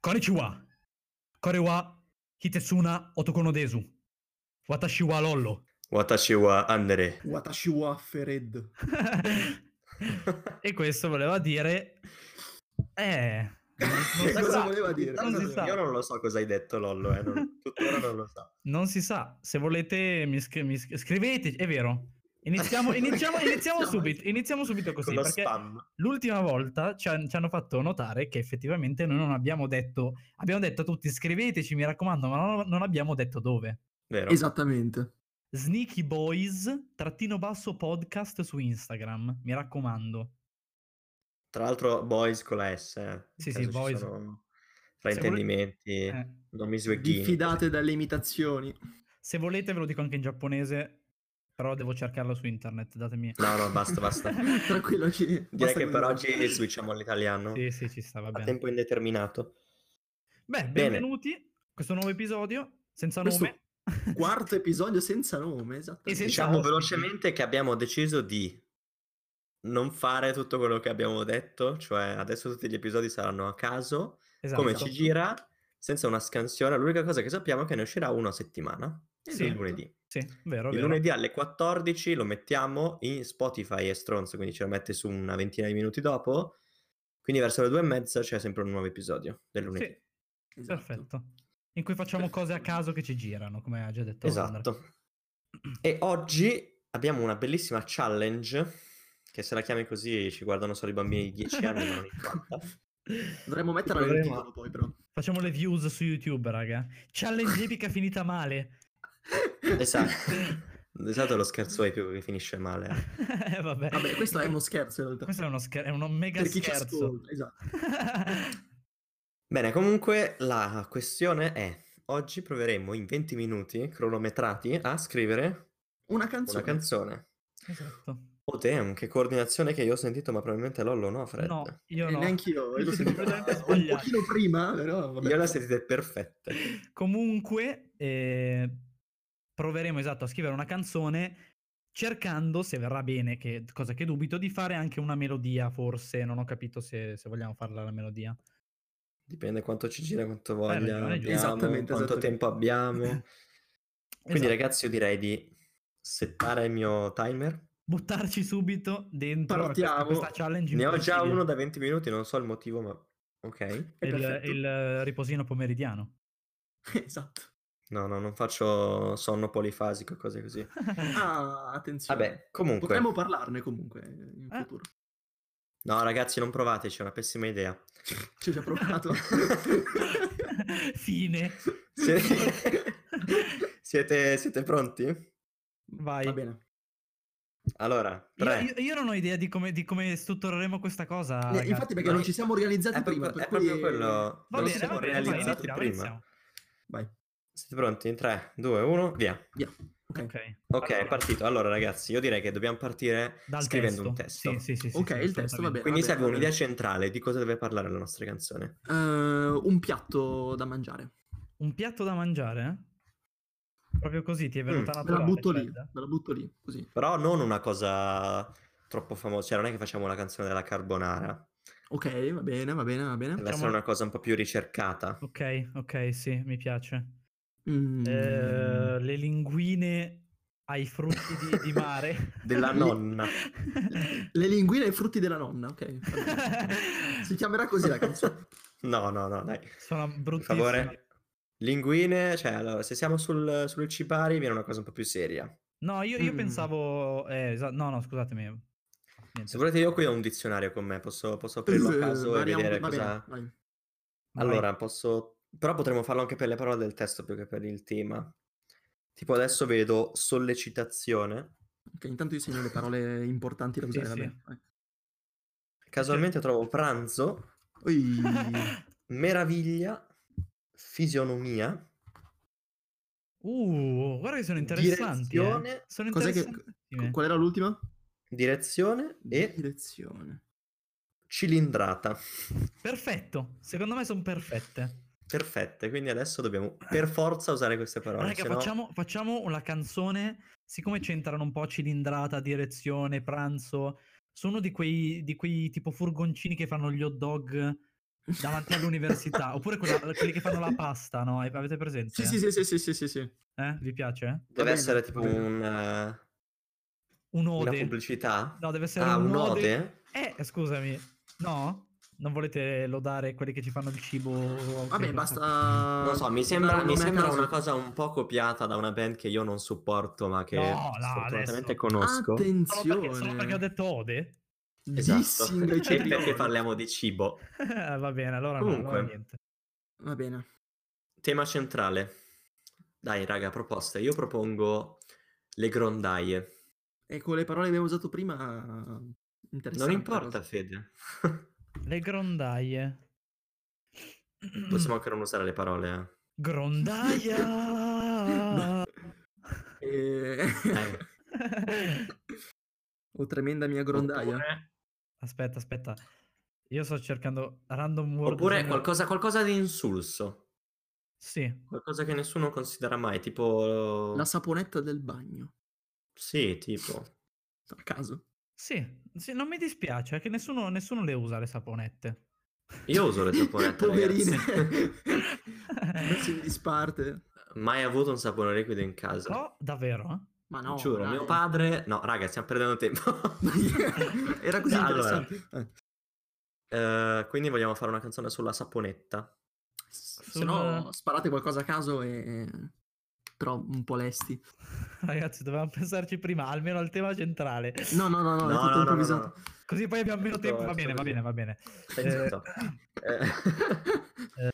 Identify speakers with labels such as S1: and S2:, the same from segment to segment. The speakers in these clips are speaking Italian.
S1: Konnichiwa. wa. Kore wa hitesuna otokono desu. Watashi wa lollo.
S2: Watashi wa andere.
S3: Watashi wa fered.
S1: e questo voleva dire... Eh... Non si,
S3: Cosa
S1: sa,
S3: voleva dire?
S1: Esatto, Non si sa.
S2: Io non lo so cosa hai detto Lollo, eh. non- tuttora non lo so.
S1: non si sa. Se volete mi, scri- mi scri- scrivete, è vero. Iniziamo, iniziamo, iniziamo subito, iniziamo subito così,
S2: Con lo
S1: perché
S2: spam.
S1: l'ultima volta ci, han- ci hanno fatto notare che effettivamente noi non abbiamo detto, abbiamo detto a tutti scriveteci, mi raccomando, ma non, non abbiamo detto dove.
S2: Vero.
S1: Esatto.
S3: Esattamente.
S1: Sneaky Boys, trattino basso podcast su Instagram, mi raccomando.
S2: Tra l'altro Boys con la S. eh,
S1: Sì, sì,
S2: in caso ci
S1: boys.
S2: sono Fraintendimenti,
S1: Eh,
S2: nomi sweghini.
S3: Diffidate dalle imitazioni.
S1: se volete ve lo dico anche in giapponese, però devo cercarlo su internet, datemi...
S2: No, no, basta, basta. Direi
S3: Tranquillo, ci... basta
S2: che
S3: con-
S2: per oggi switchiamo all'italiano.
S1: Sì, sì, ci sta, va
S2: A
S1: bene.
S2: tempo indeterminato.
S1: Beh,
S2: Ah, Bene.
S1: benvenuti a questo nuovo episodio, senza
S3: Questo-
S1: nome.
S3: Quarto episodio senza nome, esattamente.
S1: E senza-
S2: Diciamo
S1: ospiti.
S2: velocemente che abbiamo deciso di non fare tutto quello che abbiamo detto, cioè adesso tutti gli episodi saranno a caso,
S1: Esatto.
S2: come ci gira, senza una scansione. L'unica cosa che sappiamo è che ne uscirà una a settimana,
S1: Sì.
S2: il lunedì.
S1: Sì, vero,
S2: Il
S1: vero.
S2: lunedì alle 14 lo mettiamo in Spotify e Stronzo, quindi ce lo mette su una ventina di minuti dopo. Quindi verso le due e mezza c'è sempre un nuovo episodio del lunedì.
S1: Sì,
S3: Esatto.
S1: perfetto. In cui facciamo cose a caso che ci girano, come ha già detto Alessandro.
S2: Esatto. E oggi abbiamo una bellissima challenge, che se la chiami così ci guardano solo i bambini di 10 anni, ma non importa.
S3: Dovremmo metterla
S2: Il
S3: nel
S2: problema-
S3: titolo poi, però.
S1: Facciamo le views su YouTube, raga. Challenge epica finita male.
S2: Esatto. Esatto, lo scherzo epico che finisce male.
S1: Eh, vabbè.
S3: Vabbè, questo è uno scherzo in realtà.
S1: Questo è uno, scher- è uno mega
S3: Esatto. per chi ci
S1: scherzo.
S3: ascolta, esatto.
S2: Bene, comunque la questione è, oggi proveremo in 20 minuti cronometrati a scrivere
S3: Una canzone.
S2: una canzone.
S1: esatto.
S2: Oh damn, che coordinazione che io ho sentito, ma probabilmente Lollo no, Fred.
S1: No, io
S3: E
S1: no.
S3: neanche io, l'ho
S1: Sono
S3: sentita
S1: completamente
S3: un
S1: sbagliato.
S3: pochino prima, però vabbè.
S2: Io le ho sentite perfette.
S1: Comunque, eh, proveremo esatto a scrivere una canzone cercando, se verrà bene, che- cosa che dubito, di fare anche una melodia, forse. Non ho capito se, se vogliamo farla la melodia.
S2: Dipende quanto ci gira, quanto voglia
S1: Eh, ragione, giusto.
S2: abbiamo,
S3: Esattamente,
S2: quanto
S3: esattamente.
S2: tempo abbiamo. Quindi
S1: Esatto.
S2: ragazzi, io direi di settare il mio timer.
S1: Buttarci subito dentro a questa-
S3: Partiamo.
S1: questa challenge.
S2: Ne ho già
S1: impossibile.
S2: uno da 20 minuti, non so il motivo, ma ok.
S3: È
S1: il,
S3: perfetto.
S1: il, eh, riposino pomeridiano.
S3: Esatto.
S2: No, no, non faccio sonno polifasico, cose così.
S3: Ah, attenzione.
S2: Vabbè, comunque.
S3: Potremmo parlarne comunque in
S1: Eh.
S3: futuro.
S2: No, ragazzi, non provateci, è una pessima idea.
S3: Ci ho già provato.
S1: Fine.
S2: Se- siete, siete pronti?
S1: Vai.
S3: Va bene.
S2: Allora,
S1: Io,
S2: 3.
S1: io- io non ho idea di come, di come struttureremo questa cosa.
S3: Eh,
S1: ragazzi.
S3: infatti perché
S2: Ma-
S3: non ci siamo organizzati
S2: È
S3: prima.
S2: proprio,
S3: per
S2: è
S3: cui-
S2: proprio quello.
S1: Va
S2: non
S1: bene,
S2: siamo
S1: va bene, vai,
S2: realizzati
S1: iniziamo,
S2: prima.
S1: iniziamo.
S3: Vai.
S2: Siete pronti? In 3, 2, 1, via.
S3: Ok.
S1: Ok,
S2: Ok, è
S1: Allora,
S2: partito. Allora, ragazzi, io direi che dobbiamo partire
S1: dal
S2: scrivendo
S1: testo.
S2: un testo.
S1: Sì, sì, sì, sì,
S3: Ok,
S1: sì,
S3: il testo, va
S1: assolutamente.
S3: bene.
S2: Quindi
S3: va
S2: serve
S3: bene, va
S2: un'idea
S3: bene.
S2: centrale di cosa deve parlare la nostra canzone.
S3: Eh, un piatto da mangiare.
S1: Un piatto da mangiare? Proprio così ti è venuta
S2: Mm,
S3: Me
S1: naturale.
S3: la butto lì,
S1: Fred?
S3: me la butto lì, così.
S2: Però non una cosa troppo famosa, cioè non è che facciamo la canzone della carbonara,
S3: Ok, va bene, va bene, va
S2: deve
S3: bene.
S2: essere
S1: Facciamo-
S2: una cosa un po' più ricercata.
S1: cioè. Ok, ok, sì, mi piace.
S3: Mm.
S1: Eh, le linguine ai frutti di, di mare.
S2: Della nonna.
S3: Le linguine e i frutti della nonna, ok. va bene. si chiamerà così la canzone.
S2: No, no, no, dai.
S1: Sono
S2: Per
S1: bruttissime.
S2: favore. Linguine, cioè allora, se siamo sul, sulle cipari viene una cosa un po' più seria.
S1: No, io, io
S3: Mm.
S1: pensavo... eh, esa- no, no, scusatemi. Niente.
S2: Se volete io qui ho un dizionario con me, posso, posso aprirlo a
S3: Eh,
S2: caso e
S3: variamo-
S2: vedere
S3: va
S2: cosa...
S3: bene, vai.
S1: Vai.
S2: Allora, posso... Però potremmo farlo anche per le parole del testo più che per il tema. Tipo adesso vedo sollecitazione.
S3: Ok, intanto io segno le parole importanti da
S1: Sì,
S3: usare, va
S1: sì.
S3: bene, vai.
S2: Casualmente trovo pranzo,
S3: Ui,
S2: meraviglia, fisionomia,
S1: Uh, guarda che sono interessanti. eh.
S2: Direzione-
S1: Sono
S3: Cos'è che-
S1: interessantissime.
S3: Qual era l'ultima?
S2: direzione e
S3: Direzione.
S2: cilindrata.
S1: Perfetto, secondo me sono perfette.
S2: Perfette, quindi adesso dobbiamo per forza usare queste parole.
S1: Raga,
S2: se no-
S1: facciamo, facciamo la canzone, siccome c'entrano un po' cilindrata, direzione, pranzo, sono di quei, di quei tipo furgoncini che fanno gli hot dog davanti all'università, oppure quella- quelli che fanno la pasta, no? Avete presente?
S3: Sì, sì, sì, sì, sì, sì, sì, sì.
S1: Eh? Vi piace?
S2: Deve
S3: bene,
S2: essere
S3: va
S2: tipo
S3: bene.
S2: un, eh,
S1: Un
S2: una
S1: ode.
S2: pubblicità.
S1: No, deve essere
S2: Ah,
S1: un,
S2: un
S1: ode.
S2: ode?
S1: Eh, scusami. No? Non volete lodare quelli che ci fanno il cibo?
S3: Vabbè, basta...
S2: Non so, mi sembra,
S3: Guarda,
S2: mi
S3: non è
S2: sembra
S3: caso.
S2: una cosa un po' copiata da una band che io non supporto, ma che
S1: No, no,
S2: fortunatamente
S1: adesso. Solo
S2: conosco.
S3: Attenzione.
S1: perché, solo perché ho detto ode?
S2: Esatto.
S3: Dissing ai
S2: E perché
S3: cetrioli.
S2: parliamo di cibo.
S1: Va bene, allora no,
S2: Comunque.
S1: allora niente.
S3: Va bene.
S2: Tema centrale. Dai, raga, proposte. Io propongo le grondaie.
S3: E con le parole che abbiamo usato prima...
S2: Non
S3: Interessante.
S2: importa,
S3: cosa.
S2: Fede.
S1: Le grondaie. Mm.
S2: Possiamo anche non usare le parole. eh.
S1: Grondaia!
S3: Eh,
S2: eh. Eh.
S3: o tremenda mia grondaia.
S2: Oppure,
S1: aspetta, aspetta. Io sto cercando random word.
S2: oppure
S1: sono-
S2: qualcosa, qualcosa di insulso.
S1: Sì.
S2: Qualcosa che nessuno considera mai. Tipo...
S3: La saponetta del bagno.
S2: Sì, tipo...
S3: A caso.
S1: Sì, sì, non mi dispiace, è che nessuno, nessuno le usa le saponette.
S2: Io uso le saponette,
S3: Poverine.
S2: ragazzi.
S3: Messi in disparte.
S2: Mai avuto un sapone liquido in casa.
S1: No, Oh, davvero?
S3: Ma no.
S2: Giuro,
S3: dai.
S2: mio padre... No, raga, stiamo perdendo tempo.
S3: Era così
S2: Allora.
S3: interessante. Eh.
S2: Eh, quindi vogliamo fare una canzone sulla saponetta.
S3: Se no, sparate qualcosa a caso e... Però un po' lesti.
S1: Ragazzi, dovevamo pensarci prima, almeno al tema centrale.
S3: No, no, no, no, è
S2: No,
S3: tutto
S2: no, no,
S3: improvvisato.
S2: no,
S1: Così poi abbiamo meno
S2: Tutto
S1: tempo. Va
S2: verso
S1: bene, va
S2: così.
S1: bene, va bene.
S2: Stai zitto. Eh,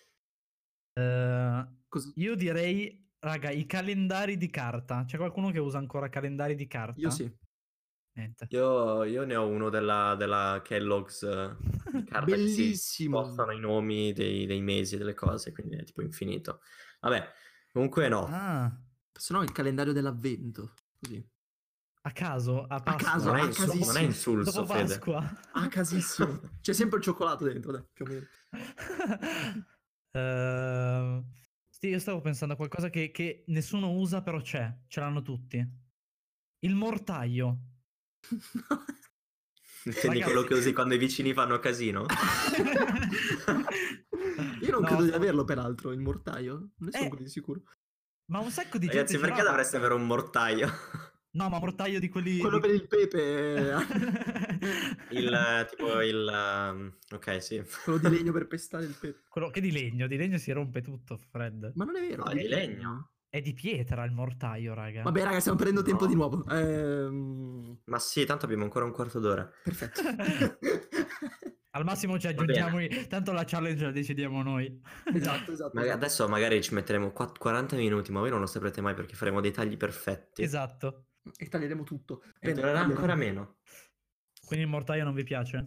S1: Eh,
S3: Cos-
S1: io direi, raga, i calendari di carta. C'è qualcuno che usa ancora calendari di carta?
S2: Ah,
S3: Io sì.
S1: Niente.
S2: Io, io ne ho uno della, della Kellogg's eh, di carta che si
S3: Bellissimo.
S2: spostano i nomi dei, dei mesi, delle cose, quindi è tipo infinito. Vabbè, comunque no.
S1: Ah,
S3: Se no il calendario dell'avvento. Così.
S1: a caso, a Pasqua.
S3: caso,
S2: non, è
S3: a
S2: insu- non è
S3: casissimo.
S2: insulso,
S1: Dopo
S2: Fede.
S1: Pasqua.
S3: Ah, casissimo. C'è sempre il cioccolato dentro, dai. più o meno.
S1: Ehm, sì, io stavo pensando a qualcosa che, che nessuno usa, però c'è. Ce l'hanno tutti. Il mortaio.
S2: Quindi quello che usi quando i vicini fanno casino?
S3: Io non
S1: No,
S3: credo di
S1: stavo-
S3: averlo, peraltro, il mortaio. Non
S1: Eh.
S3: sono così sicuro.
S1: Ma un sacco di gente.
S2: Ragazzi,
S1: ce
S2: perché
S1: l'ha.
S2: dovreste avere un mortaio?
S1: No, ma mortaio di quelli.
S3: Quello
S1: di-
S3: per il pepe.
S2: Il, eh, tipo il... ehm, ok, sì.
S3: quello di legno per pestare il pepe.
S1: Quello che di legno, di legno si rompe tutto, Fred.
S3: Ma non è vero.
S2: No, è Ah, di legno.
S1: È di pietra il mortaio, raga.
S3: Vabbè, raga, stiamo prendendo tempo
S2: No.
S3: di nuovo. Ehm,
S2: Ma sì, tanto abbiamo ancora un quarto d'ora.
S3: perfetto.
S1: Al massimo ci
S2: Va bene.
S1: aggiungiamo, i- tanto la challenge la decidiamo noi.
S3: esatto, esatto.
S2: Ma
S3: esatto.
S2: adesso magari ci metteremo qua- 40 minuti, ma voi non lo saprete mai perché faremo dei tagli perfetti.
S1: Esatto.
S3: E taglieremo tutto.
S2: E durerà
S3: Bene.
S2: ancora meno.
S1: Quindi il mortaio non vi piace?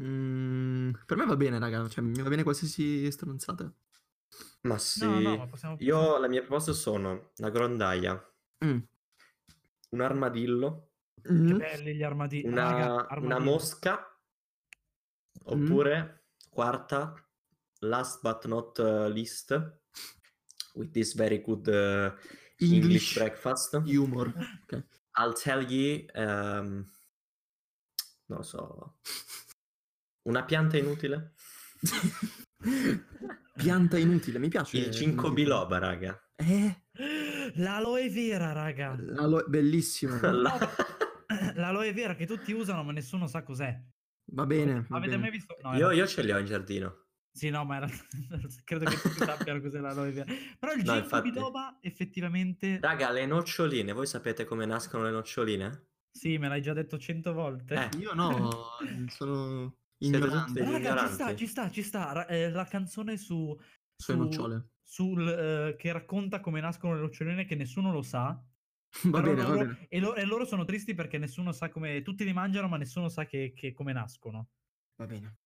S3: Mm, per me va bene, raga. Cioè, mi va bene qualsiasi stronzata.
S2: Ma sì.
S1: No, no, ma possiamo...
S2: Io le mie proposte sono la grondaia,
S3: Mm.
S2: un armadillo,
S1: Che
S3: Mm.
S1: belli gli armadi.
S2: una,
S1: raga,
S2: una
S1: armadillo.
S2: mosca, Mm. oppure quarta, last but not uh, least, with this very good uh, English.
S3: English
S2: breakfast,
S3: humor. Ok.
S2: I'll tell you, ehm, non lo so, una pianta inutile?
S3: Pianta inutile, mi piace. Mm.
S2: Il 5 biloba, raga.
S3: Eh,
S1: L'aloe vera, raga.
S3: allo- bellissimo.
S2: La-
S1: L'aloe vera che tutti usano, ma nessuno sa cos'è.
S3: Va bene. va
S1: Avete
S3: bene.
S1: mai visto? No,
S2: Mm. Io,
S1: era-
S2: io ce li ho in giardino.
S1: Sì, no, ma era... credo che tutti sappiano cos'è l'aloe vera. Però il
S2: No,
S1: no,
S2: infatti.
S1: biloba effettivamente...
S2: Raga, le noccioline, voi sapete come nascono le noccioline?
S1: Sì, me l'hai già detto cento volte.
S2: Eh,
S3: Io no, sono
S2: Siete
S3: ignorante.
S2: tutti-
S1: Raga,
S2: ignoranti.
S1: ci sta, ci sta, ci sta. Ra- eh, la canzone su...
S3: Sue
S1: su-
S3: nocciole.
S1: Sul, eh, che racconta come nascono le noccioline che nessuno lo sa.
S3: Va
S1: Però
S3: bene, va
S1: loro-
S3: bene.
S1: E, lo- e loro sono tristi perché nessuno sa come... Tutti li mangiano, ma nessuno sa che, che- come nascono.
S3: Va bene.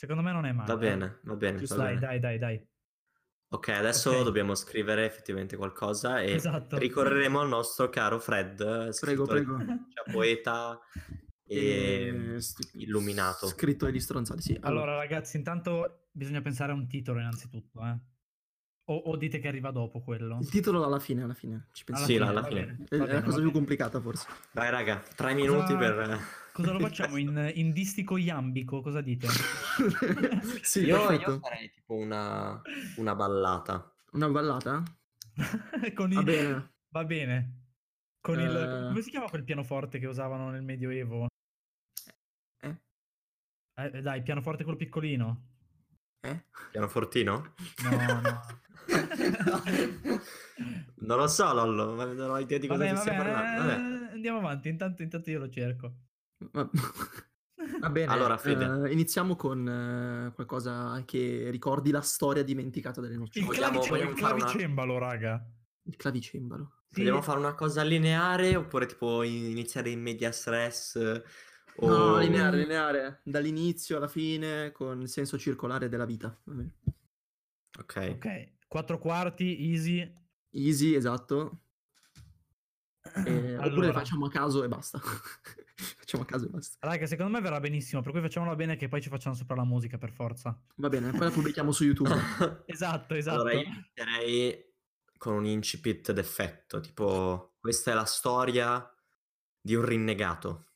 S1: Secondo me non è male.
S2: Va
S1: eh.
S2: bene, va bene.
S3: Ci
S2: Va
S3: sta,
S1: Dai,
S2: bene.
S1: dai, dai, dai.
S2: Ok, adesso
S1: Ok.
S2: dobbiamo scrivere effettivamente qualcosa e
S1: Esatto.
S2: ricorreremo al nostro caro Fred, eh,
S3: Prego,
S2: scrittore,
S3: prego.
S2: cioè, poeta Ehm, e
S3: Eh, st-
S2: illuminato.
S3: Scritto e di stronzate, sì.
S1: Allora, ragazzi, intanto bisogna pensare a un titolo innanzitutto, eh. O, o dite che arriva dopo quello.
S3: il titolo alla fine, alla fine. Ci
S1: Alla
S3: pensiamo. Eh,
S2: sì, alla
S1: va
S2: fine.
S1: bene, va
S3: È la
S1: bene,
S3: cosa
S1: va
S3: più
S1: bene.
S3: complicata forse.
S2: Dai raga, tre minuti per...
S1: Cosa lo facciamo in, in distico iambico? Cosa dite?
S3: sì,
S2: io,
S3: perfetto.
S2: io farei tipo una, una ballata.
S3: Una ballata?
S1: Con
S3: Va
S1: i-
S3: bene.
S1: Va bene. Con il...
S3: Eh.
S1: Come si chiama quel pianoforte che usavano nel Medioevo?
S3: Eh?
S1: Eh, dai, pianoforte quello piccolino.
S3: Eh?
S2: Pianofortino?
S1: No, no.
S2: Non lo so, Lollo, ma non ho idea di cosa
S1: vabbè,
S2: si stia parlando.
S1: vabbè,
S2: Vabbè.
S1: eh, andiamo avanti. Intanto, intanto io lo cerco.
S3: Va, va bene.
S2: Allora, Fede.
S3: eh, iniziamo con eh, qualcosa che ricordi la storia dimenticata delle
S1: Il
S3: nocciole.
S2: Vogliamo-
S1: clavicembalo, il
S2: vogliamo fare una-
S1: clavicembalo, raga.
S3: Il clavicembalo.
S1: Sì,
S2: Vogliamo fare una cosa lineare oppure tipo in- iniziare in media stress? eh, O...
S3: No, lineare, lineare. Dall'inizio alla fine, con il senso circolare della vita. Va bene.
S2: Ok.
S1: Ok, quattro quarti, easy.
S2: Eh,
S3: Easy, esatto. Eh, Oppure
S1: Allora.
S3: facciamo a caso e basta. facciamo a caso e basta.
S1: Raga, secondo me verrà benissimo, per cui facciamola bene che poi ci facciamo sopra la musica per forza.
S3: Va bene, poi la pubblichiamo su YouTube.
S1: Esatto, esatto.
S2: allora eh, io inizierei con un incipit d'effetto, tipo questa è la storia di un rinnegato,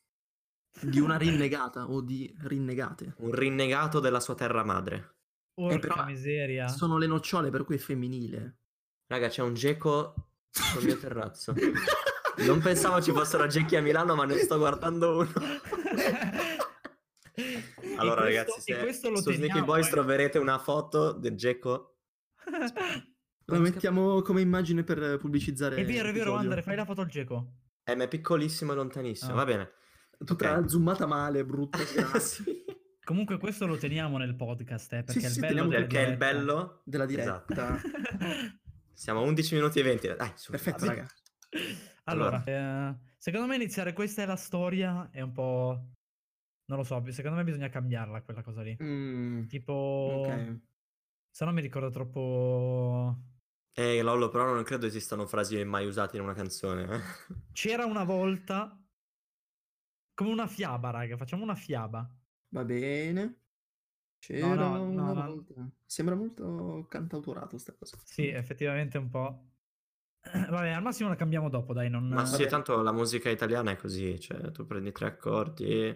S3: di una rinnegata o di rinnegate.
S2: un rinnegato della sua terra madre.
S1: Porca
S3: Eh, però-
S1: miseria.
S3: Sono le nocciole, per cui è femminile.
S2: Raga, c'è un geco sul mio terrazzo. Non pensavo ci fossero gechi a Milano, ma ne sto guardando uno.
S1: E
S2: Allora,
S1: questo-
S2: ragazzi,
S1: e
S2: se
S1: questo lo
S2: su Sneaky
S1: teniamo,
S2: Boys
S1: eh.
S2: troverete una foto del geco.
S3: La mettiamo come immagine per pubblicizzare.
S1: È vero, è vero,
S3: l'episodio.
S1: Andre, fai la foto al geco.
S2: Eh, ma è piccolissimo e lontanissimo.
S1: Ah.
S2: Va bene.
S3: Tutta
S2: Ok.
S3: zoomata male, brutta. sgrassa,
S2: Sì.
S1: Comunque questo lo teniamo nel podcast, eh, perché
S3: Sì,
S1: è il
S3: sì,
S1: bello
S3: teniamo
S1: della
S2: Perché è il
S1: diretta.
S2: bello.
S3: Della diretta.
S2: Esatto. Siamo a 11 minuti e 20. Dai, su,
S3: Perfetto,
S2: vabbè.
S3: raga.
S1: Allora, eh, secondo me iniziare questa è la storia è un po'... Non lo so, secondo me bisogna cambiarla quella cosa lì.
S3: Mm,
S1: Tipo...
S3: ok.
S1: Se no mi ricorda troppo...
S2: Eh, Lollo, però non credo esistano frasi mai usate in una canzone. eh.
S1: C'era una volta... Come una fiaba, raga, facciamo una fiaba.
S3: Va bene. C'era
S1: no,
S3: una
S1: no, no.
S3: volta. Sembra molto cantautorato sta cosa.
S1: Sì, effettivamente un po'... Vabbè, al massimo la cambiamo dopo, dai, non...
S2: Ma sì,
S3: vabbè.
S2: tanto la musica italiana è così, cioè tu prendi tre accordi,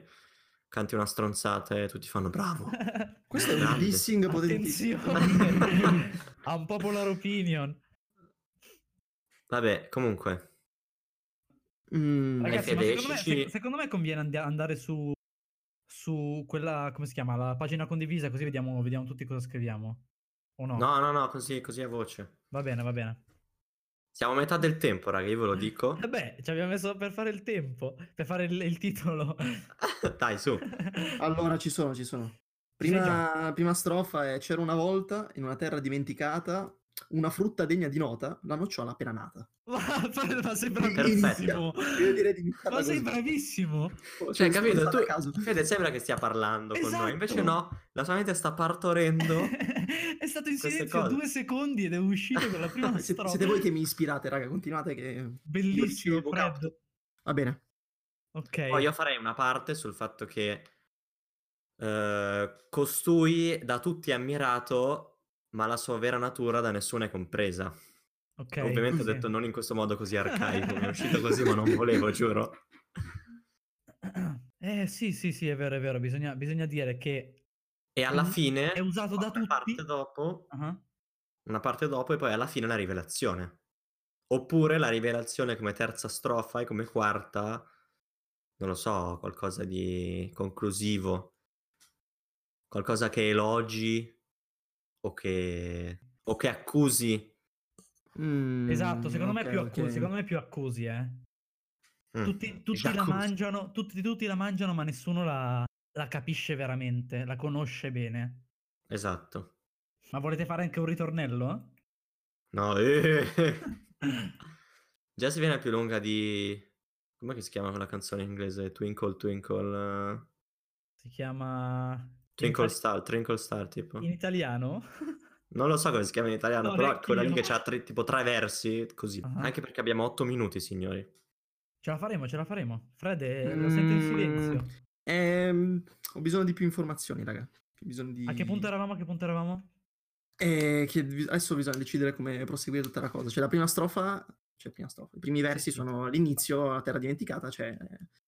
S2: canti una stronzata e tutti fanno bravo.
S3: Questo è un
S2: Grande.
S3: dissing potentissimo.
S1: Attenzione! A un popular opinion.
S2: Vabbè, comunque,
S3: Mm,
S1: Ragazzi,
S2: Eh,
S1: ma
S2: Fede,
S1: secondo, me,
S2: escici-
S1: sec- secondo me conviene andi- andare su, su quella, come si chiama, la pagina condivisa, così vediamo, vediamo tutti cosa scriviamo. O no?
S2: no, no, no, così, così a voce.
S1: Va bene, va bene.
S2: Siamo a metà del tempo, raga, io ve lo dico.
S1: Vabbè, ci abbiamo messo per fare il tempo, per fare il, il titolo.
S2: Dai, su.
S3: Allora, ci sono, ci sono. Prima, prima strofa è c'era una volta in una terra dimenticata una frutta degna di nota, la nocciola appena nata.
S1: ma, ma sei
S2: Perfetto.
S1: bravissimo!
S3: Io direi di iniziarla
S1: Ma sei
S3: così.
S1: bravissimo!
S2: Cioè,
S3: Cioè,
S2: capito?
S3: spontaneo
S2: Tu,
S3: a caso.
S2: Fede, sembra che stia parlando con
S1: Esatto.
S2: noi, invece no, la sua mente sta partorendo.
S1: È stato in
S2: Queste
S1: silenzio
S2: cose.
S1: due secondi ed è uscito con la prima
S3: Se-
S1: strofa.
S3: siete voi che mi ispirate, raga, continuate che...
S1: Bellissimo,
S3: Io ricevo,
S1: Fred.
S3: Va bene.
S1: Ok.
S2: Poi io farei una parte sul fatto che eh, costui da tutti è ammirato, ma la sua vera natura da nessuno è compresa.
S1: ok, sì.
S2: Ovviamente ho detto non in questo modo così arcaico, mi è uscito così ma non volevo, giuro.
S1: Eh sì, sì, sì, è vero, è vero. Bisogna, bisogna dire che
S2: E alla
S1: Mm.
S2: fine...
S1: è usato da
S2: una Eh, parte
S1: tutti.
S2: dopo-
S1: Ah,
S2: una parte dopo e poi alla fine la rivelazione. Oppure la rivelazione come terza strofa e come quarta, non lo so, qualcosa di conclusivo, qualcosa che elogi o che, o che accusi.
S3: Mm,
S1: Esatto, secondo me,
S3: ok,
S1: è più
S3: ok.
S1: accusi, secondo me è più accusi, eh.
S2: Mm.
S1: Tutti, tutti
S2: Già
S1: la
S2: accusi.
S1: mangiano, tutti, tutti la mangiano, ma nessuno la, la capisce veramente, la conosce bene.
S2: Esatto.
S1: Ma volete fare anche un ritornello?
S2: No, eh. Già si viene più lunga di... Com'è che si chiama quella canzone in inglese? Twinkle, Twinkle... eh,
S1: Si chiama... in,
S2: Twinkle
S1: itali-
S2: Star, Twinkle Star tipo.
S1: in italiano?
S2: Non lo so come si chiama in italiano,
S1: No,
S2: però è
S1: neanche
S2: quella lì
S1: io.
S2: che c'ha tre- tipo tre versi, così.
S1: Ah.
S2: Anche perché abbiamo otto minuti, signori.
S1: Ce la faremo, ce la faremo. Fred, eh, la sento in
S3: Mm.
S1: silenzio.
S3: Ehm, ho bisogno di più informazioni, raga. Ho bisogno di...
S1: A che punto eravamo? A che punto eravamo?
S3: Eh, che vi- adesso bisogna decidere come proseguire tutta la cosa. Cioè, la prima strofa Cioè, prima strofa. I primi versi sono l'inizio, la terra dimenticata, cioè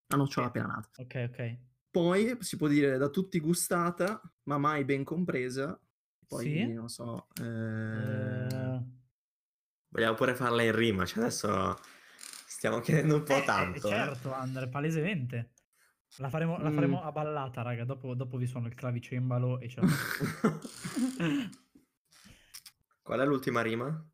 S3: la nocciola appena nata.
S1: Ok, ok.
S3: Poi si può dire da tutti gustata, ma mai ben compresa. Poi
S1: Sì.
S3: non so. eh,
S1: Eh,
S2: Ehm, Vogliamo pure farla in rima, cioè adesso stiamo chiedendo un po'
S1: eh,
S2: tanto. eh.
S1: certo, Andre, palesemente. La faremo, la
S3: Mm.
S1: faremo a ballata, raga. Dopo, dopo vi suono il clavicembalo e ce la
S2: Qual è l'ultima rima?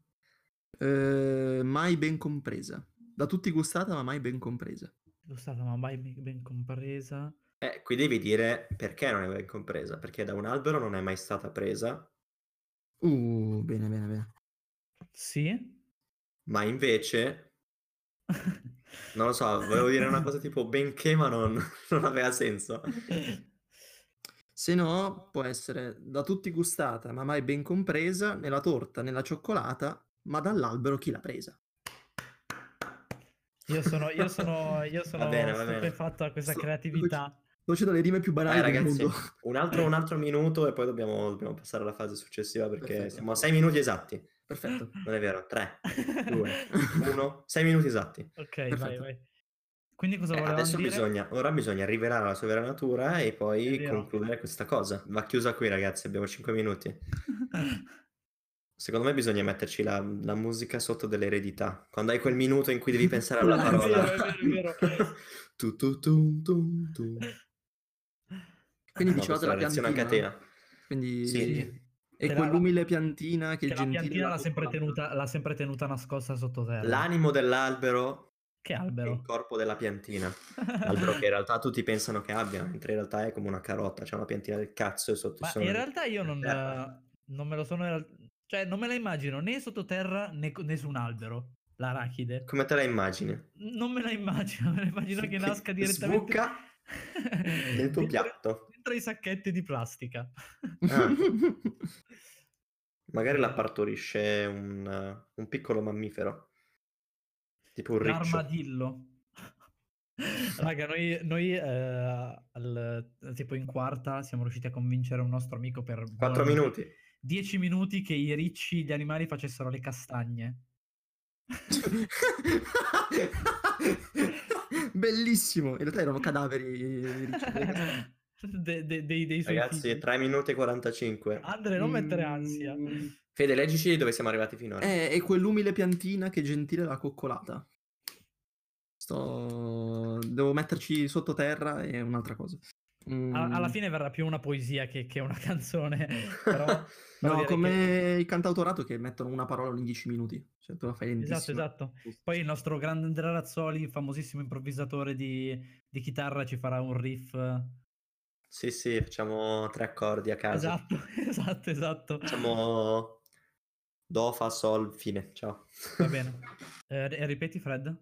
S3: eh, mai ben compresa. Da tutti gustata, ma mai ben compresa.
S1: Gustata, ma mai ben ben compresa.
S2: Eh, qui devi dire perché non è ben compresa, perché da un albero non è mai stata presa,
S3: Uh, bene, bene, bene.
S1: Sì.
S2: ma invece, non lo so, volevo dire una cosa tipo benché, ma non, non aveva senso.
S3: Se no, può essere da tutti gustata, ma mai ben compresa, nella torta, nella cioccolata, ma dall'albero chi l'ha presa?
S1: Io sono, io sono, io sono
S2: bene, va bene.
S1: stupefatto a questa
S3: Sto-
S1: creatività.
S3: Sto facendo le rime più banali
S2: Dai,
S3: del
S2: Eh, ragazzi,
S3: mondo.
S2: un altro, un altro minuto e poi dobbiamo, dobbiamo passare alla fase successiva perché
S3: Perfetto.
S2: siamo a sei minuti esatti.
S3: Perfetto.
S2: Non è vero, tre, due, uno, sei minuti esatti.
S1: ok, vai,
S3: Perfetto.
S1: vai. Quindi cosa
S2: Eh,
S1: volevamo
S2: adesso
S1: dire?
S2: bisogna, ora bisogna rivelare la sua vera natura e
S1: È
S2: poi
S1: vero.
S2: concludere questa cosa. Va chiusa qui, ragazzi, abbiamo cinque minuti. Secondo me bisogna metterci la, la musica sotto dell'eredità. Quando hai quel minuto in cui devi pensare alla
S1: È vero,
S2: parola.
S1: è vero, è vero.
S2: Tu, tu, tu, tu, tu.
S3: Quindi
S2: No, questa
S3: dicevate
S2: è
S3: la
S2: la lezione a
S3: piantina.
S2: catena.
S3: Quindi
S2: Sì.
S3: è
S1: Che la-
S3: quell'umile piantina che,
S1: Che
S3: il
S1: la
S3: gentile
S1: piantina
S3: l'ha
S1: l'ha sempre,
S3: popolata.
S1: tenuta, l'ha sempre tenuta nascosta sottoterra.
S2: L'animo dell'albero
S1: Che
S2: e il
S1: albero?
S2: corpo della piantina. Albero che in realtà tutti pensano che abbia, mentre in realtà è come una carota, c'è una piantina del cazzo e sotto ci
S1: Ma
S2: sono
S1: in
S2: le-
S1: realtà io non,
S2: terra.
S1: eh, non me lo sono... in real- Cioè, non me la immagino né sottoterra né, co- né su un albero, l'arachide.
S2: Come te la immagini?
S1: Non me la immagino, me la immagino che nasca direttamente...
S2: Sbucca nel tuo
S1: dentro-
S2: piatto.
S1: Dentro i sacchetti di plastica.
S3: Ah.
S2: Magari la partorisce un, eh, un piccolo mammifero. Tipo un riccio.
S1: L'armadillo. Raga, noi, noi, eh, al- tipo in quarta siamo riusciti a convincere un nostro amico per...
S2: Quattro
S1: buoni
S2: minuti.
S1: 10 minuti che i ricci, gli animali facessero le castagne.
S3: Bellissimo. In realtà erano cadaveri. ricci.
S1: De- de- dei, dei suoi
S2: Ragazzi,
S1: figli.
S2: 3 minuti e 45.
S1: Andre, non mettere ansia.
S3: Mm.
S2: Fede, leggici dove siamo arrivati finora.
S3: Eh, è quell'umile piantina che gentile l'ha coccolata. Sto... Devo metterci sottoterra e un'altra cosa. Mm.
S1: A- Alla fine verrà più una poesia che, che una canzone. Però... però
S3: Eh. No,
S1: direi
S3: come
S1: che-
S3: il cantautorato che mettono una parola ogni 10 minuti. Cioè, tu la fai lentissima.
S1: Esatto, esatto. Poi il nostro grande Andrea Razzoli, famosissimo improvvisatore di, di chitarra, ci farà un riff.
S2: Sì, sì, facciamo tre accordi a caso.
S1: Esatto, esatto, esatto.
S2: Facciamo do, fa, sol, fine. Ciao.
S1: Va bene. Eh, ri- ripeti, Fred?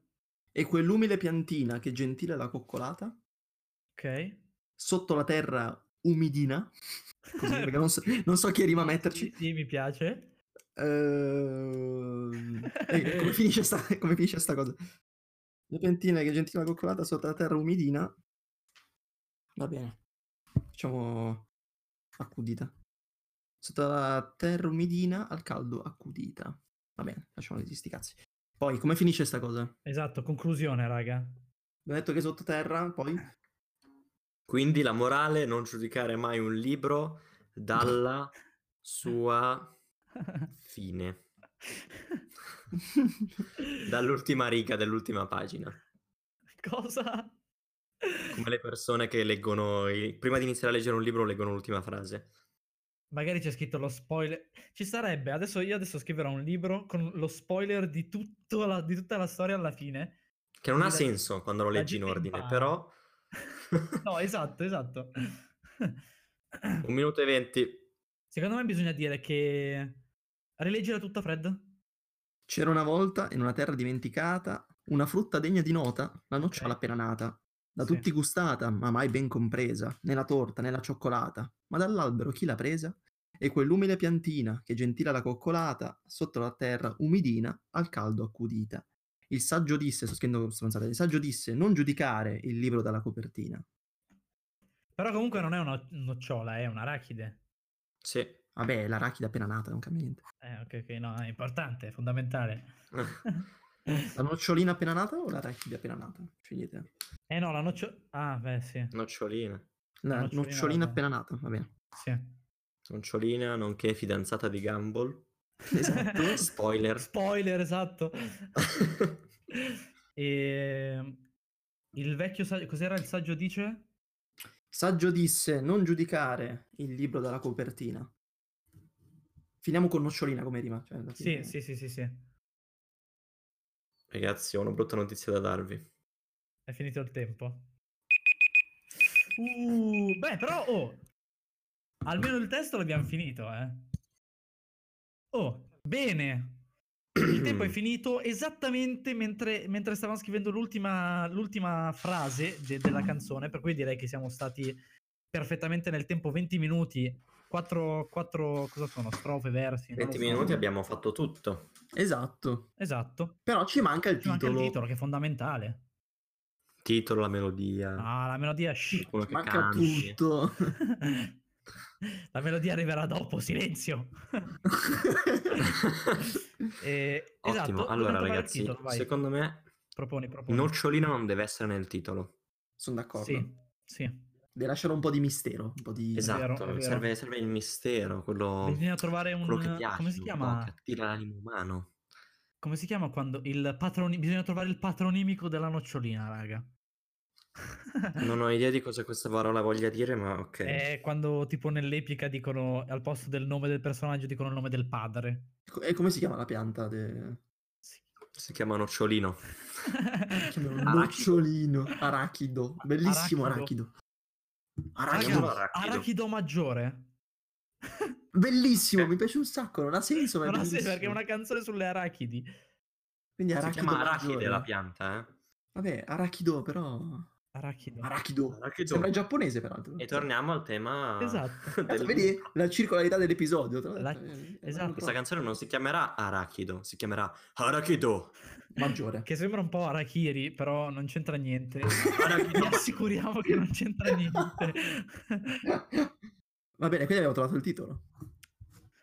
S3: E quell'umile piantina che gentile l'ha coccolata.
S1: Ok.
S3: Sotto la terra umidina. Così, perché non so, non so che rima metterci.
S1: Sì, mi piace.
S3: Ehm, eh, come, finisce sta, come finisce sta cosa? Le piantine che gentile la coccolata sotto la terra umidina. Va bene. Facciamo accudita. Sotto la terra umidina al caldo accudita. Va bene, facciamo gli sti cazzi. Poi come finisce sta cosa? Abbiamo
S1: Esatto, conclusione, raga.
S3: detto che sottoterra, poi
S2: Quindi la morale è non giudicare mai un libro dalla sua fine. Dall'ultima riga dell'ultima pagina.
S1: Cosa?
S2: Come le persone che leggono, i- prima di iniziare a leggere un libro, leggono l'ultima frase.
S1: Magari c'è scritto lo spoiler. Ci sarebbe, adesso io adesso scriverò un libro con lo spoiler di, tutto la- di tutta la storia alla fine.
S2: Che non ha
S1: Quindi la-
S2: senso quando lo
S1: la
S2: leggi in
S1: gente
S2: ordine,
S1: impara.
S2: però
S1: No, esatto, esatto.
S2: un minuto e venti.
S1: Secondo me bisogna dire che... Rileggila tutta, Fred?
S3: c'era una volta in una terra dimenticata una frutta degna di nota, la nocciola
S1: Ok.
S3: appena nata. Da
S1: Sì.
S3: tutti gustata, ma mai ben compresa, nella torta, nella cioccolata, ma dall'albero chi l'ha presa? E quell'umile piantina che gentile la coccolata, sotto la terra umidina, al caldo accudita. Il saggio disse, sto scrivendo stronzate, il saggio disse non giudicare il libro dalla copertina.
S1: Però comunque non è una nocciola, è un arachide.
S2: Sì.
S3: Vabbè, l'arachide appena nata, non cambia niente.
S1: Eh, ok, ok, no, è importante, è fondamentale.
S3: La nocciolina appena nata o la rachide appena nata? Scegliete.
S1: Eh no, la nocciola... Ah, beh, sì.
S2: Nocciolina.
S3: La
S1: nocciolina,
S3: nocciolina,
S1: vabbè.
S3: appena nata, va bene.
S1: sì.
S2: Nocciolina, nonché fidanzata di Gumball.
S3: Esatto.
S2: Spoiler.
S1: Spoiler, esatto. E... Ehm, Il vecchio saggio... Cos'era il saggio dice?
S3: Saggio disse non giudicare il libro dalla copertina. Finiamo con nocciolina come rima. Cioè, alla
S1: Sì,
S3: fine-
S1: sì, sì, sì, sì.
S2: Ragazzi, ho una brutta notizia da darvi.
S1: È finito il tempo. Uh, beh, però, oh, almeno il testo l'abbiamo finito, eh. Oh, bene. Il tempo è finito esattamente mentre, mentre stavamo scrivendo l'ultima, l'ultima frase de- della canzone, per cui direi che siamo stati perfettamente nel tempo 20 minuti, 4, cosa sono, strofe, versi. non lo
S2: 20
S1: so.
S2: minuti abbiamo fatto tutto.
S3: Esatto.
S1: Esatto,
S3: Però ci manca il
S1: ci manca il
S3: titolo.
S1: titolo che è fondamentale.
S2: Titolo, la melodia,
S1: Ah, la melodia shh.
S2: quello
S3: Ci
S2: che
S3: Manca
S2: canti.
S3: tutto.
S1: La melodia arriverà dopo, silenzio. Eh,
S2: Ottimo.
S1: esatto, dobbiamo
S2: allora,
S1: trovare il
S2: ragazzi,
S1: titolo, vai.
S2: secondo me
S1: Proponi, proponi.
S2: Nocciolina non deve essere nel titolo.
S3: Sono d'accordo.
S1: Sì, sì.
S3: Devi lasciare un po' di mistero. Un po' di...
S2: Esatto,
S1: vero, è vero.
S2: Serve, serve il mistero, quello,
S1: Bisogna trovare un...
S2: quello che piace,
S1: Come si
S2: un po'
S1: chiama?
S2: che attira l'animo umano.
S1: Come si chiama quando... Il patroni... Bisogna trovare il patronimico della nocciolina, raga.
S2: Non ho idea di cosa questa parola voglia dire, ma ok.
S1: È Eh, quando tipo nell'epica dicono al posto del nome del personaggio dicono il nome del padre.
S3: E come si chiama la pianta? de-
S1: Sì.
S2: Si chiama nocciolino.
S1: Eh,
S3: Chiamano
S2: Arachido.
S3: Nocciolino. Arachido. Bellissimo
S1: Arachido.
S3: arachido.
S1: Raga,
S3: Arachido.
S2: Chiamalo arachido.
S1: Arachido maggiore.
S3: Bellissimo, mi piace un sacco. Non ha senso, ma è
S1: Non ha senso,
S3: bellissimo.
S1: perché è una canzone sulle arachidi.
S3: Quindi
S2: Si
S3: arachido.
S2: chiama arachide
S3: maggiore.
S2: la pianta, eh.
S3: Vabbè, arachido però.
S1: Arachido.
S2: Ah.
S3: Arachido.
S2: Arachido.
S3: Sembra giapponese peraltto.
S2: E torniamo al tema.
S1: Esatto.
S3: Cazzo,
S2: del-
S3: Vedi la circolarità dell'episodio. tra
S1: La-
S3: l'altro, eh, è
S1: esatto.
S2: Questa
S3: una cosa
S2: canzone non si chiamerà Arachido, si chiamerà Arachido.
S3: Maggiore.
S1: Che sembra un po' Arachiri, però non c'entra niente. Vi
S2: Arachido.
S1: assicuriamo che non c'entra niente.
S3: Va bene, quindi abbiamo trovato il titolo.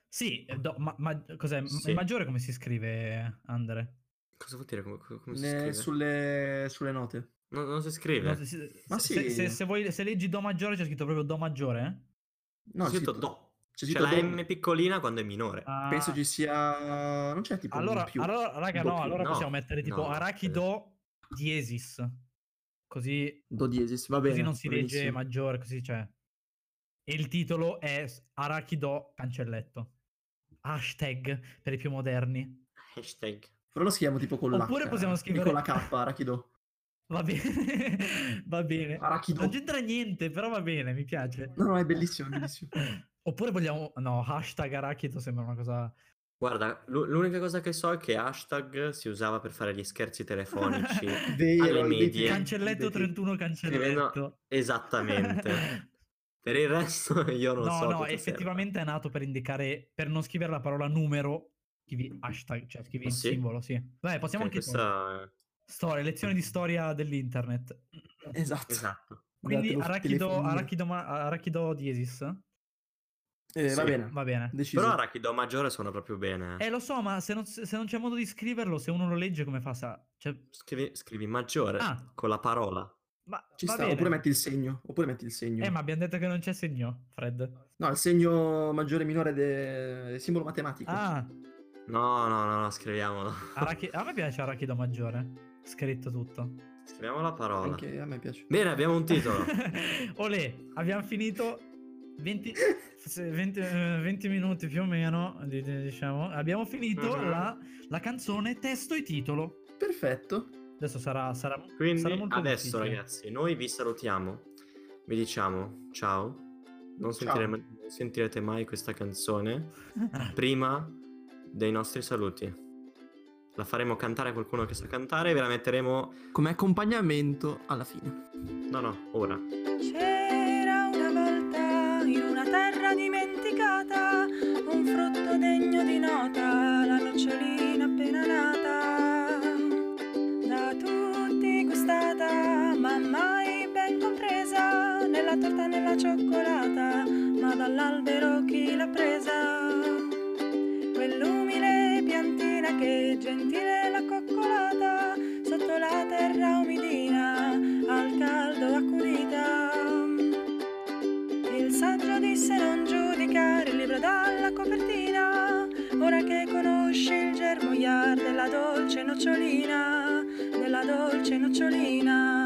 S1: sì, eh, do- ma, ma cos'è?
S2: Sì.
S1: È maggiore come si scrive, Andre?
S2: cosa vuol dire? Come, come si
S3: Ne-
S2: scrive?
S3: sulle, sulle note.
S2: Non, non si scrive.
S1: No, se- se,
S3: Ma
S1: se-
S3: sì.
S1: se- se vuoi- se leggi Do maggiore c'è scritto proprio Do maggiore? eh?
S3: No,
S2: C'è
S3: c'è
S2: scritto
S3: scritto-
S2: do. C'è
S3: c'è scritto
S2: la
S3: do-
S2: M piccolina quando è minore.
S1: Ah,
S3: Penso ci sia. Non c'è tipo un
S1: allora,
S3: più.
S1: allora, raga,
S3: Do
S1: no,
S3: più.
S1: allora
S2: No,
S1: possiamo mettere tipo
S2: no, no.
S1: Arachido diesis. Così,
S3: Do diesis, va bene.
S1: così non si legge
S3: benissimo.
S1: maggiore, così c'è. E il titolo è s- Arachido cancelletto. Hashtag per i più moderni.
S2: Hashtag.
S3: Però lo scriviamo tipo con l'H.
S1: Oppure possiamo
S3: eh,
S1: scrivere-
S3: Con la K, Arachido.
S1: Va bene, va bene.
S3: Arachido.
S1: Non c'entra niente, però va bene, mi piace.
S3: No, no, è bellissimo, è bellissimo.
S1: Oppure vogliamo... No, hashtag Arachido sembra una cosa...
S2: Guarda, l'u- l'unica cosa che so è che hashtag si usava per fare gli scherzi telefonici.
S3: Vero,
S2: Alle
S3: i
S2: medie.
S3: dei-
S1: Cancelletto
S3: i dei-
S1: 31 cancelletto.
S2: Esattamente. per il resto io non
S1: no,
S2: so.
S1: no,
S2: cosa
S1: effettivamente è nato per indicare... Per non scrivere la parola numero, scrivi hashtag, cioè scrivi
S2: Ah,
S1: il
S2: sì?
S1: simbolo, sì. Vabbè, possiamo
S2: serva. Ok,
S1: anche...
S2: questa...
S1: Storia, lezione di storia dell'internet.
S3: Esatto.
S2: Esatto.
S1: Quindi
S3: Guardatelo sul
S1: Arachido,
S3: telefonino.
S1: Arachido, ma- Arachido diesis.
S3: Eh,
S2: Sì.
S3: Va bene.
S1: Va bene.
S3: Deciso.
S2: Però Arachido maggiore suona proprio bene. eh.
S1: Eh, lo so, ma se non, se non c'è modo di scriverlo, se uno lo legge, come fa? Sa, cioè,
S2: Scrivi, scrivi maggiore
S1: Ah.
S2: con la parola.
S1: ma
S3: Ci
S1: va
S3: sta,
S1: bene.
S3: oppure metti il segno. Oppure metti il segno.
S1: Eh, ma abbiamo detto che non c'è segno, Fred.
S3: No, il segno maggiore e minore de- del simbolo matematico.
S1: Ah,
S2: No, no, no, no, scriviamolo.
S1: Arachi- a me piace Arachido maggiore. Scritto tutto.
S2: Scriviamo la parola.
S3: Anche a me piace.
S2: Bene, abbiamo un titolo.
S1: Olè, abbiamo finito 20, se- 20, eh, 20 minuti più o meno, di- di- diciamo. Abbiamo finito
S3: Mm-hmm.
S2: Mhm.
S1: la, la canzone, testo e titolo.
S3: Perfetto.
S1: Adesso sarà, sarà,
S2: Quindi
S1: sarà molto
S2: adesso
S1: difficile.
S2: ragazzi, noi vi salutiamo, vi diciamo ciao, non, sentiremo- non sentirete mai questa canzone prima dei nostri saluti. La faremo cantare a qualcuno che sa cantare e ve la metteremo,
S3: Come accompagnamento alla fine.
S2: no no, ora.
S4: C'era una volta in una terra dimenticata un frutto degno di nota, la nocciolina appena nata. Da tutti gustata, ma mai ben compresa, nella torta, nella cioccolata, ma dall'albero chi l'ha presa? Quell'umile piantina che gentile l'ha coccolata terra umidina al caldo accudita. Il saggio disse non giudicare il libro dalla copertina, ora che conosci il germogliar della dolce nocciolina, della dolce nocciolina.